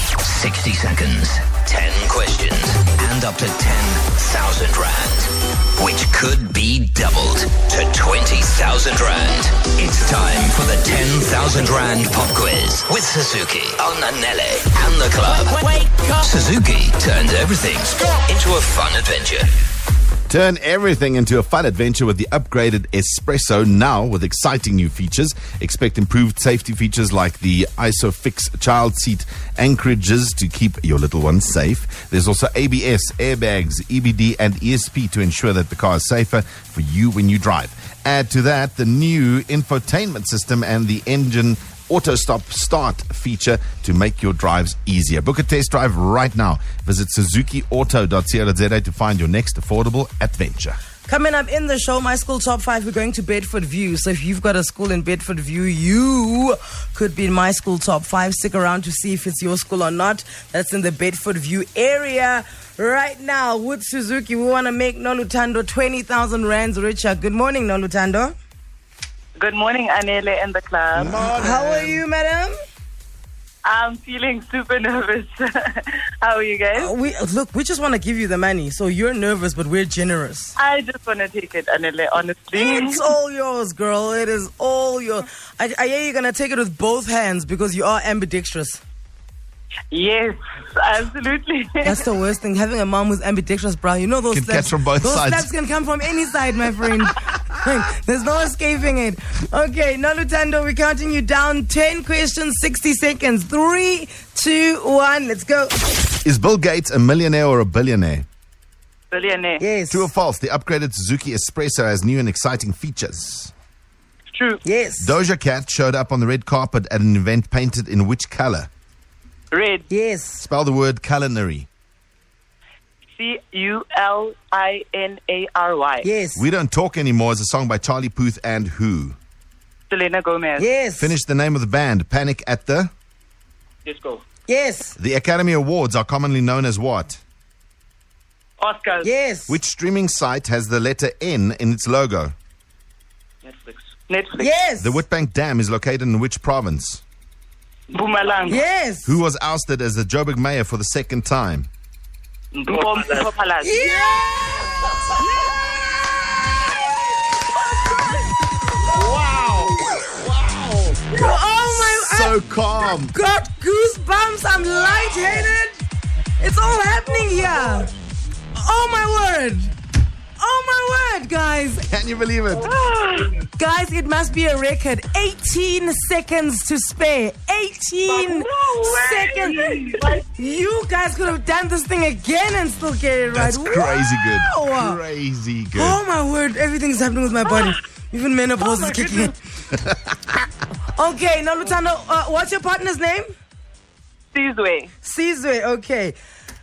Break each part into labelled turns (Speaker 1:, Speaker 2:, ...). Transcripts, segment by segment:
Speaker 1: 60 seconds, 10 questions, and up to 10,000 Rand, which could be doubled to 20,000 Rand. It's time for the 10,000 Rand Pop Quiz with Suzuki on Nelly and the club. Suzuki turns everything into a fun adventure.
Speaker 2: Turn everything into a fun adventure with the upgraded Espresso now with exciting new features. Expect improved safety features like the ISOFix child seat anchorages to keep your little ones safe. There's also ABS, airbags, EBD, and ESP to ensure that the car is safer for you when you drive. Add to that the new infotainment system and the engine auto stop start feature to make your drives easier. Book a test drive right now. Visit suzukiauto.co.za to find your next affordable adventure.
Speaker 3: Coming up in the show, my school top five, we're going to Bedford View. So if you've got a school in Bedford View, you could be in my school top five. Stick around to see if it's your school or not. That's in the Bedford View area. Right now, with Suzuki, we want to make Nolutando 20,000 rands richer. Good morning, Nolutando.
Speaker 4: Good morning, Anele and the club.
Speaker 3: How are you, madam?
Speaker 4: I'm feeling super nervous. How are you guys?
Speaker 3: We Look, we just want to give you the money. So you're nervous, but we're generous.
Speaker 4: I just want to take it, Anele, honestly.
Speaker 3: It's all yours, girl. It is all yours. I, I hear you're gonna take it with both hands because you are ambidextrous.
Speaker 4: Yes, absolutely.
Speaker 3: That's the worst thing. Having a mom who's ambidextrous, bro. You know those
Speaker 2: Can
Speaker 3: slaps.
Speaker 2: catch from both
Speaker 3: those
Speaker 2: sides.
Speaker 3: slaps can come from any side, my friend. Like, There's no escaping it. Okay, Nalutando, we're counting you down. Ten questions, sixty seconds. Three, two, one. Let's go.
Speaker 2: Is Bill Gates a millionaire or a billionaire?
Speaker 4: Billionaire.
Speaker 3: Yes.
Speaker 2: True or false? The upgraded Suzuki Espresso has new and exciting features.
Speaker 4: True.
Speaker 3: Yes.
Speaker 2: Doja Cat showed up on the red carpet at an event painted in which color?
Speaker 4: Red.
Speaker 3: Yes.
Speaker 2: Spell the word culinary.
Speaker 4: C U L I N A R Y.
Speaker 3: Yes.
Speaker 2: We Don't Talk Anymore is a song by Charlie Puth and Who.
Speaker 4: Selena Gomez.
Speaker 3: Yes.
Speaker 2: Finish the name of the band, Panic at the.
Speaker 4: Let's go.
Speaker 3: Yes.
Speaker 2: The Academy Awards are commonly known as what?
Speaker 4: Oscars.
Speaker 3: Yes.
Speaker 2: Which streaming site has the letter N in its logo?
Speaker 4: Netflix. Netflix.
Speaker 3: Yes.
Speaker 2: The Witbank Dam is located in which province?
Speaker 4: Bumalang.
Speaker 3: Yes.
Speaker 2: Who was ousted as the Joburg mayor for the second time?
Speaker 4: Mpom- Mpopalas.
Speaker 3: Wow. Wow. Oh my
Speaker 2: So calm.
Speaker 3: got goosebumps. I'm lightheaded. It's all happening here. Oh my word. Oh my word, guys.
Speaker 2: Can you believe it?
Speaker 3: Guys, it must be a record. 18 seconds to spare. 18 seconds. You guys could have done this thing again and still get it right.
Speaker 2: That's crazy
Speaker 3: Wow.
Speaker 2: good. Crazy good.
Speaker 3: Oh my word, everything's happening with my body. Even menopause is kicking in. okay, now Lutando, uh, what's your partner's name?
Speaker 4: Sizwe.
Speaker 3: Sizwe, okay.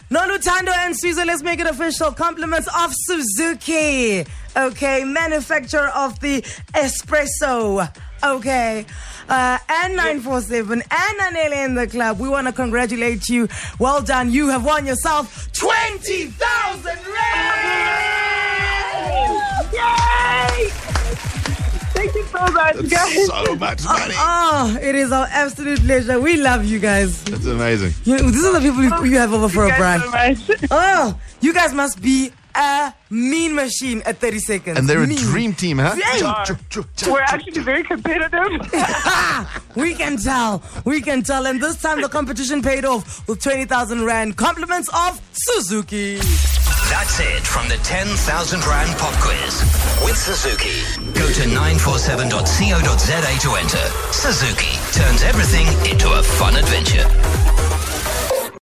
Speaker 3: No Lutando and Sizwe, let's make it official. Compliments of Suzuki. Okay, manufacturer of the espresso. Okay. Uh, and 947 and Anele in the club. We want to congratulate you. Well done. You have won yourself 20,000 rand! Yay!
Speaker 4: Thank you so much, guys.
Speaker 2: So much money.
Speaker 3: Oh, it is our absolute pleasure. We love you guys.
Speaker 2: That's amazing.
Speaker 3: You know, these are the people you, you have over for a bride.
Speaker 4: Thank you so much.
Speaker 3: Oh, you guys must be a mean machine at 30 seconds.
Speaker 2: And they're a
Speaker 3: Mean.
Speaker 2: dream team, huh?
Speaker 3: Yay.
Speaker 2: Choo, choo, choo,
Speaker 4: We're
Speaker 2: choo.
Speaker 4: actually very competitive.
Speaker 3: We can tell. We can tell. And this time the competition paid off with 20,000 Rand. Compliments of Suzuki.
Speaker 1: That's it from the 10,000 Rand Pop Quiz with Suzuki. Go to 947.co.za to enter. Suzuki turns everything into a fun adventure.